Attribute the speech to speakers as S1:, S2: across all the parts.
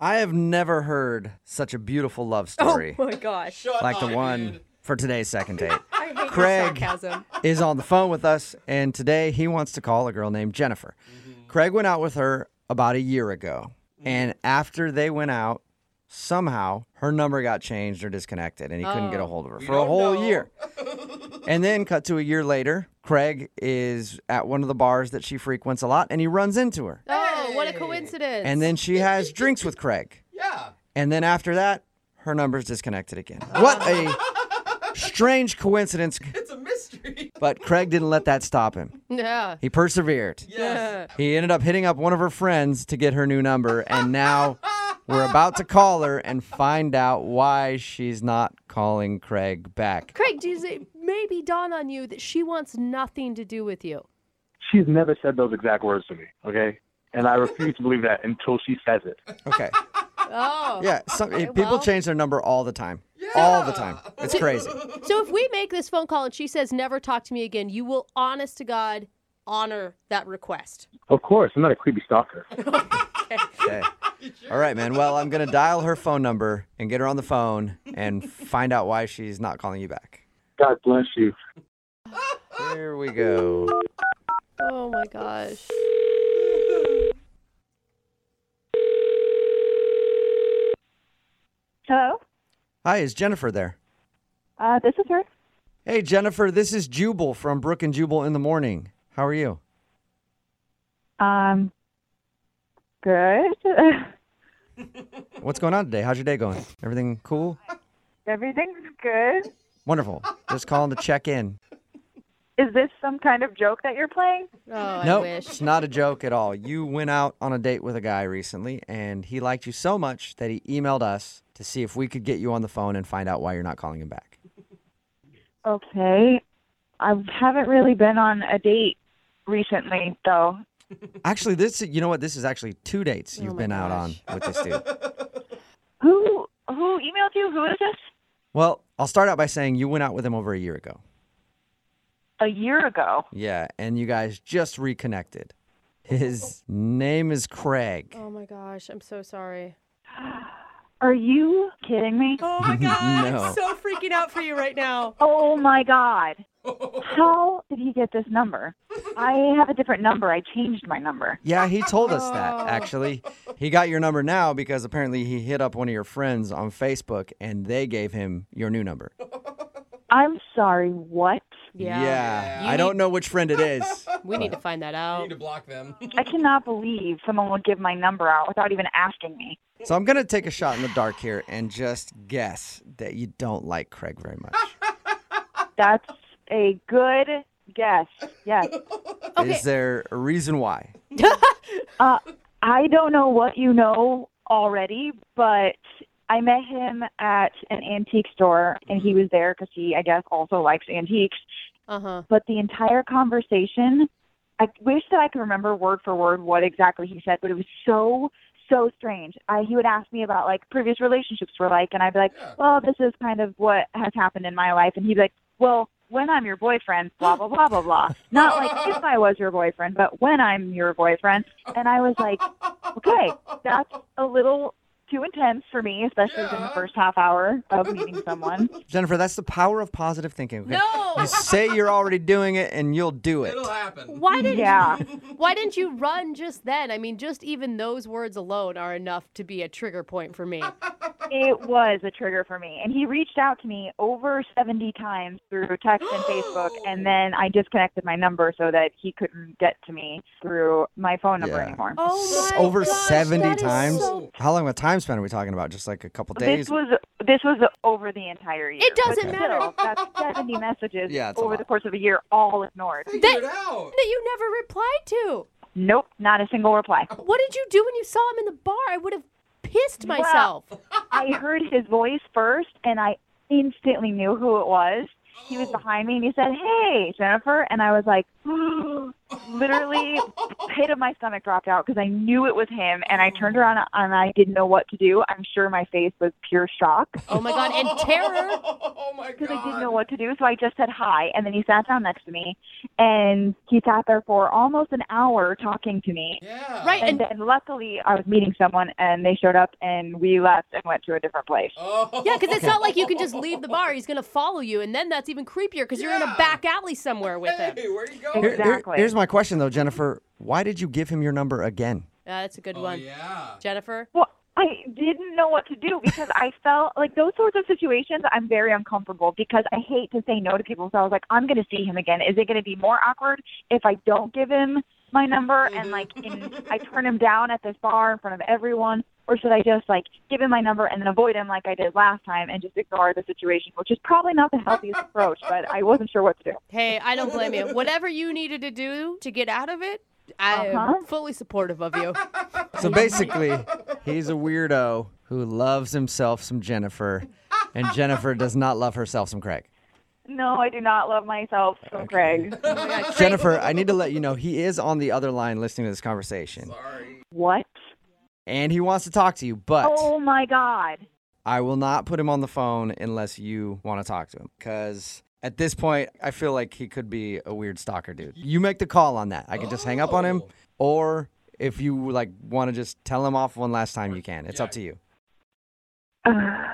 S1: I have never heard such a beautiful love story
S2: Oh my gosh.
S1: like the one for today's second date.
S2: I hate your
S1: Craig.
S2: sarcasm.
S1: is on the phone with us, and today he wants to call a girl named Jennifer. Craig went out with her about a year ago, and after they went out, somehow her number got changed or disconnected, and he couldn't get a hold of her for a whole year. and then, cut to a year later, Craig is at one of the bars that she frequents a lot, and he runs into her.
S2: Oh, what a coincidence.
S1: And then she has drinks with Craig. Yeah. And then after that, her number's disconnected again. What a strange coincidence.
S3: It's a mystery.
S1: But Craig didn't let that stop him.
S2: yeah.
S1: He persevered.
S3: Yes.
S1: He ended up hitting up one of her friends to get her new number, and now we're about to call her and find out why she's not calling Craig back.
S2: Craig, does it maybe dawn on you that she wants nothing to do with you?
S4: She's never said those exact words to me, okay? And I refuse to believe that until she says it.
S1: Okay.
S2: Oh.
S1: Yeah. Some, people
S2: well.
S1: change their number all the time. All the time. It's crazy.
S2: So if we make this phone call and she says never talk to me again, you will honest to God honor that request.
S4: Of course, I'm not a creepy stalker.
S1: Okay. All right, man. Well, I'm going to dial her phone number and get her on the phone and find out why she's not calling you back.
S4: God bless you.
S1: Here we go.
S2: Oh my gosh.
S5: Hello.
S1: Hi, is Jennifer there?
S5: Uh, this is her.
S1: Hey, Jennifer, this is Jubal from Brook and Jubal in the Morning. How are you?
S5: Um, good.
S1: What's going on today? How's your day going? Everything cool?
S5: Everything's good.
S1: Wonderful. Just calling to check in.
S5: Is this some kind of joke that you're playing?
S2: Oh, I
S1: nope,
S2: wish.
S1: it's not a joke at all. You went out on a date with a guy recently, and he liked you so much that he emailed us to see if we could get you on the phone and find out why you're not calling him back.
S5: Okay. I haven't really been on a date recently, though.
S1: Actually, this you know what? This is actually two dates
S2: Oh
S1: you've been out on with this dude.
S5: Who who emailed you? Who is this?
S1: Well, I'll start out by saying you went out with him over a year ago.
S5: A year ago.
S1: Yeah, and you guys just reconnected. His name is Craig.
S2: Oh my gosh, I'm so sorry.
S5: Are you kidding me?
S2: Oh my god,
S1: No.
S2: I'm so freaking out for you right now.
S5: Oh my God. How did he get this number? I have a different number. I changed my number.
S1: Yeah, he told us that
S2: Oh.
S1: actually. He got your number now because apparently he hit up one of your friends on Facebook and they gave him your new number.
S5: I'm sorry. What?
S1: Yeah.
S2: You
S1: I don't know which friend it is.
S2: We need to find that
S3: You
S2: out.
S3: need to block them.
S5: I cannot believe someone would give my number out without even asking me.
S1: So I'm going to take a shot in the dark here and just guess that you don't like Craig very much.
S5: That's a good guess. Yes.
S2: Okay.
S1: Is there a reason why?
S5: Uh, I don't know what you know already, but I met him at an antique store, and he was there because he, I guess, also likes antiques.
S2: Uh-huh.
S5: But the entire conversation, I wish that I could remember word for word what exactly he said, but it was so so strange. I, he would ask me about like previous relationships were like, and I'd be like, "Well, this is kind of what has happened in my life," and he'd be like, "Well." When I'm your boyfriend, blah blah blah blah blah. Not like if I was your boyfriend, but when I'm your boyfriend. And I was like, okay, that's a little too intense for me, especially in the first half hour of meeting someone.
S1: Jennifer, that's the power of positive thinking. okay?
S2: No.
S1: You say you're already doing it and you'll do it.
S3: It'll happen.
S2: Why didn't
S5: Yeah.
S2: Why didn't you run just then? I mean, just even those words alone are enough to be a trigger point for me.
S5: It was a trigger for me. And he reached out to me over 70 times through text and Facebook. And then I disconnected my number so that he couldn't get to me through my phone number
S1: Yeah.
S5: anymore.
S2: Oh
S1: S-
S2: my
S1: Over
S2: gosh,
S1: 70
S2: that is
S1: times?
S2: so-
S1: How long of a time span are we talking about? Just like a couple days?
S5: This was this was over the entire year.
S2: It doesn't
S5: But
S2: matter.
S5: still, that's 70 messages
S1: Yeah, it's a
S5: over
S1: lot.
S5: the course of a year, all ignored.
S3: Figure
S2: That-
S3: it out.
S2: that you never replied to.
S5: Nope, not a single reply.
S2: What did you do when you saw him in the bar? I would have pissed myself.
S5: I heard his voice first, and I instantly knew who it was. He was behind me, and he said, "Hey, Jennifer," and I was like, literally, pit of my stomach dropped out because I knew it was him. And I turned around and I didn't know what to do. I'm sure my face was pure shock
S2: Oh my god, and terror.
S3: Oh my god.
S5: because I didn't know what to do. So I just said hi, and then he sat down next to me, and he sat there for almost an hour talking to me.
S3: Yeah.
S2: Right,
S5: And
S2: and
S5: then luckily, I was meeting someone, and they showed up, and we left and went to a different place.
S3: Oh.
S2: yeah, because it's not like you can just leave the bar. He's gonna follow you, and then that's even creepier because you're in a
S3: Yeah.
S2: back alley somewhere with
S3: Hey,
S2: him.
S3: where you going?
S5: Here- Exactly.
S1: here's my question though, Jennifer. Why did you give him your number again?
S2: Yeah, that's a good
S3: oh
S2: one,
S3: yeah.
S2: Jennifer.
S5: Well, I didn't know what to do because I felt like those sorts of situations, I'm very uncomfortable because I hate to say no to people. So I was like, I'm going to see him again. Is it going to be more awkward if I don't give him my number and like in, I turn him down at this bar in front of everyone? Or should I just like give him my number and then avoid him like I did last time and just ignore the situation, which is probably not the healthiest approach, but I wasn't sure what to do.
S2: Hey, I don't blame you. Whatever you needed to do to get out of it, I
S5: Uh-huh.
S2: am fully supportive of you.
S1: So basically, he's a weirdo who loves himself some Jennifer, and Jennifer does not love herself some Craig.
S5: No, I do not love myself, so Craig.
S1: Jennifer, I need to let you know he is on the other line listening to this conversation,
S5: What?
S1: and he wants to talk to you, but
S5: Oh my God.
S1: I will not put him on the phone unless you want to talk to him, because. At this point, I feel like he could be a weird stalker dude. You make the call on that. I can just hang up on him,
S3: Oh.
S1: or if you like want to just tell him off one last time, you can. It's up to you.
S5: Uh,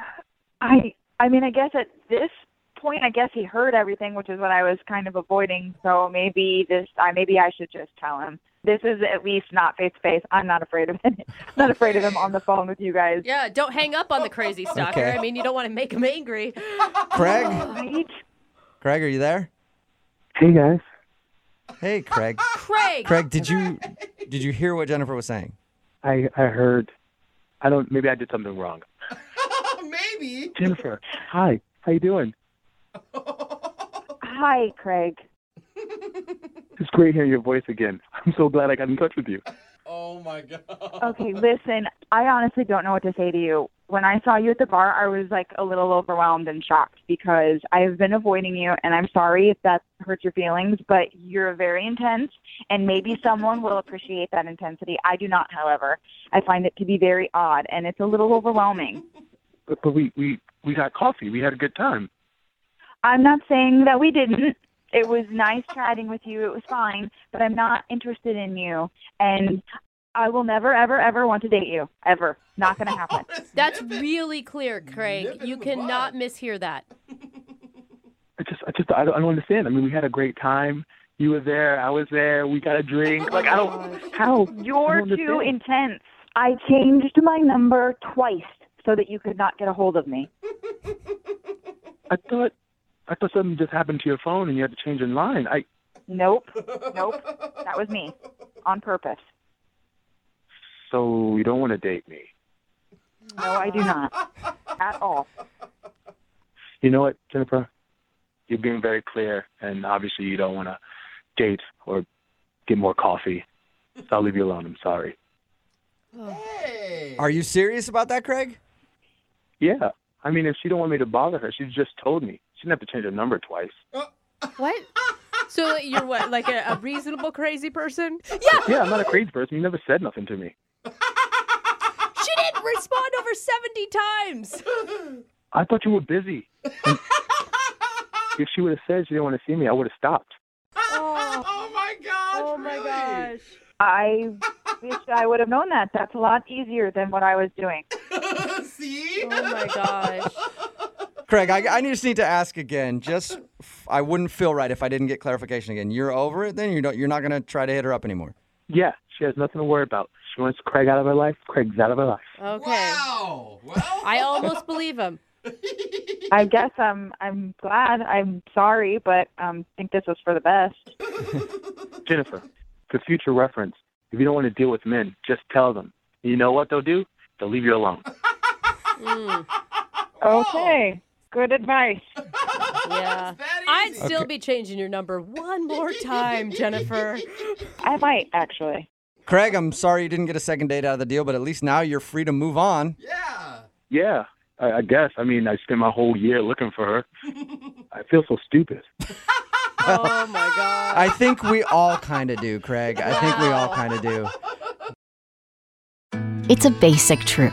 S5: I I mean I guess at this point I guess he heard everything, which is what I was kind of avoiding. So maybe this I maybe I should just tell him. This is at least not face to face. I'm not afraid of it. not afraid of him on the phone with you guys.
S2: Yeah, don't hang up on the crazy stalker.
S1: Okay.
S2: I mean, you don't want to make him angry.
S1: Craig,
S5: Right?
S1: Craig, are you there?
S4: Hey guys.
S1: Hey, Craig.
S2: Craig.
S1: Craig, did you did you hear what Jennifer was saying?
S4: I I heard. I don't. Maybe I did something wrong.
S3: Maybe.
S4: Jennifer, hi. How you doing?
S5: Hi, Craig.
S4: It's great hearing your voice again. I'm so glad I got in touch with you.
S3: Oh my god.
S5: Okay, listen, I honestly don't know what to say to you. When I saw you at the bar, I was like a little overwhelmed and shocked because I've been avoiding you, and I'm sorry if that hurts your feelings, but you're very intense, and maybe someone will appreciate that intensity. I do not, however. I find it to be very odd, and it's a little overwhelming.
S4: But, but we we we got coffee. We had a good time.
S5: I'm not saying that we didn't. It was nice chatting with you. It was fine, but I'm not interested in you, and I will never, ever, ever want to date you. Ever. Not going to happen.
S2: That's really clear, Craig.
S3: Nip it
S2: You
S3: in the
S2: cannot
S3: bud.
S2: mishear that.
S4: I just I just I don't, I don't understand. I mean, we had a great time. You were there. I was there. We got a drink. Like I don't. How
S5: You're
S4: I don't
S5: too
S4: understand.
S5: intense. I changed my number twice so that you could not get a hold of me.
S4: I thought. I thought something just happened to your phone and you had to change in line. I
S5: Nope. Nope. That was me on purpose.
S4: so you don't want to date me.
S5: No, I do not. At all.
S4: You know what, Jennifer? You're being very clear, and obviously you don't want to date or get more coffee. So I'll leave you alone. I'm sorry.
S3: Hey.
S1: Are you serious about that, Craig?
S4: Yeah. I mean, if she don't want me to bother her, she just told me. She didn't have to change her number twice.
S2: What? So you're what, like a, a reasonable crazy person?
S4: Yeah, I'm not a crazy person. You never said nothing to me.
S2: She didn't respond over 70 times.
S4: I thought you were busy. if she would have said she didn't want to see me, I would have stopped.
S3: Oh my gosh.
S2: Oh my
S3: really?
S2: gosh.
S5: I wish I would have known that. That's a lot easier than what I was doing.
S3: See?
S2: Oh my gosh.
S1: Craig, I, I just need to ask again. Just f- I wouldn't feel right if I didn't get clarification again. You're over it, then you don't. You're not gonna try to hit her up anymore.
S4: Yeah, she has nothing to worry about. She wants Craig out of her life. Craig's out of her life.
S2: Okay.
S3: Wow. Well.
S2: I almost believe him.
S5: I guess I'm I'm glad. I'm sorry, but um think this was for the best.
S4: Jennifer, for future reference, if you don't want to deal with men, just tell them. You know what they'll do? They'll leave you alone. Oh.
S5: Okay. Good advice.
S2: Yeah.
S3: that
S2: I'd
S3: easy.
S2: still be changing your number one more time, Jennifer.
S5: I might actually.
S1: Craig, I'm sorry you didn't get a second date out of the deal, but at least now you're free to move on.
S3: Yeah.
S4: Yeah, I, I guess. I mean, I spent my whole year looking for her. I feel so stupid.
S2: Oh my god.
S1: I think we all kind of do, Craig. I think we all kind of do.
S6: It's a basic truth.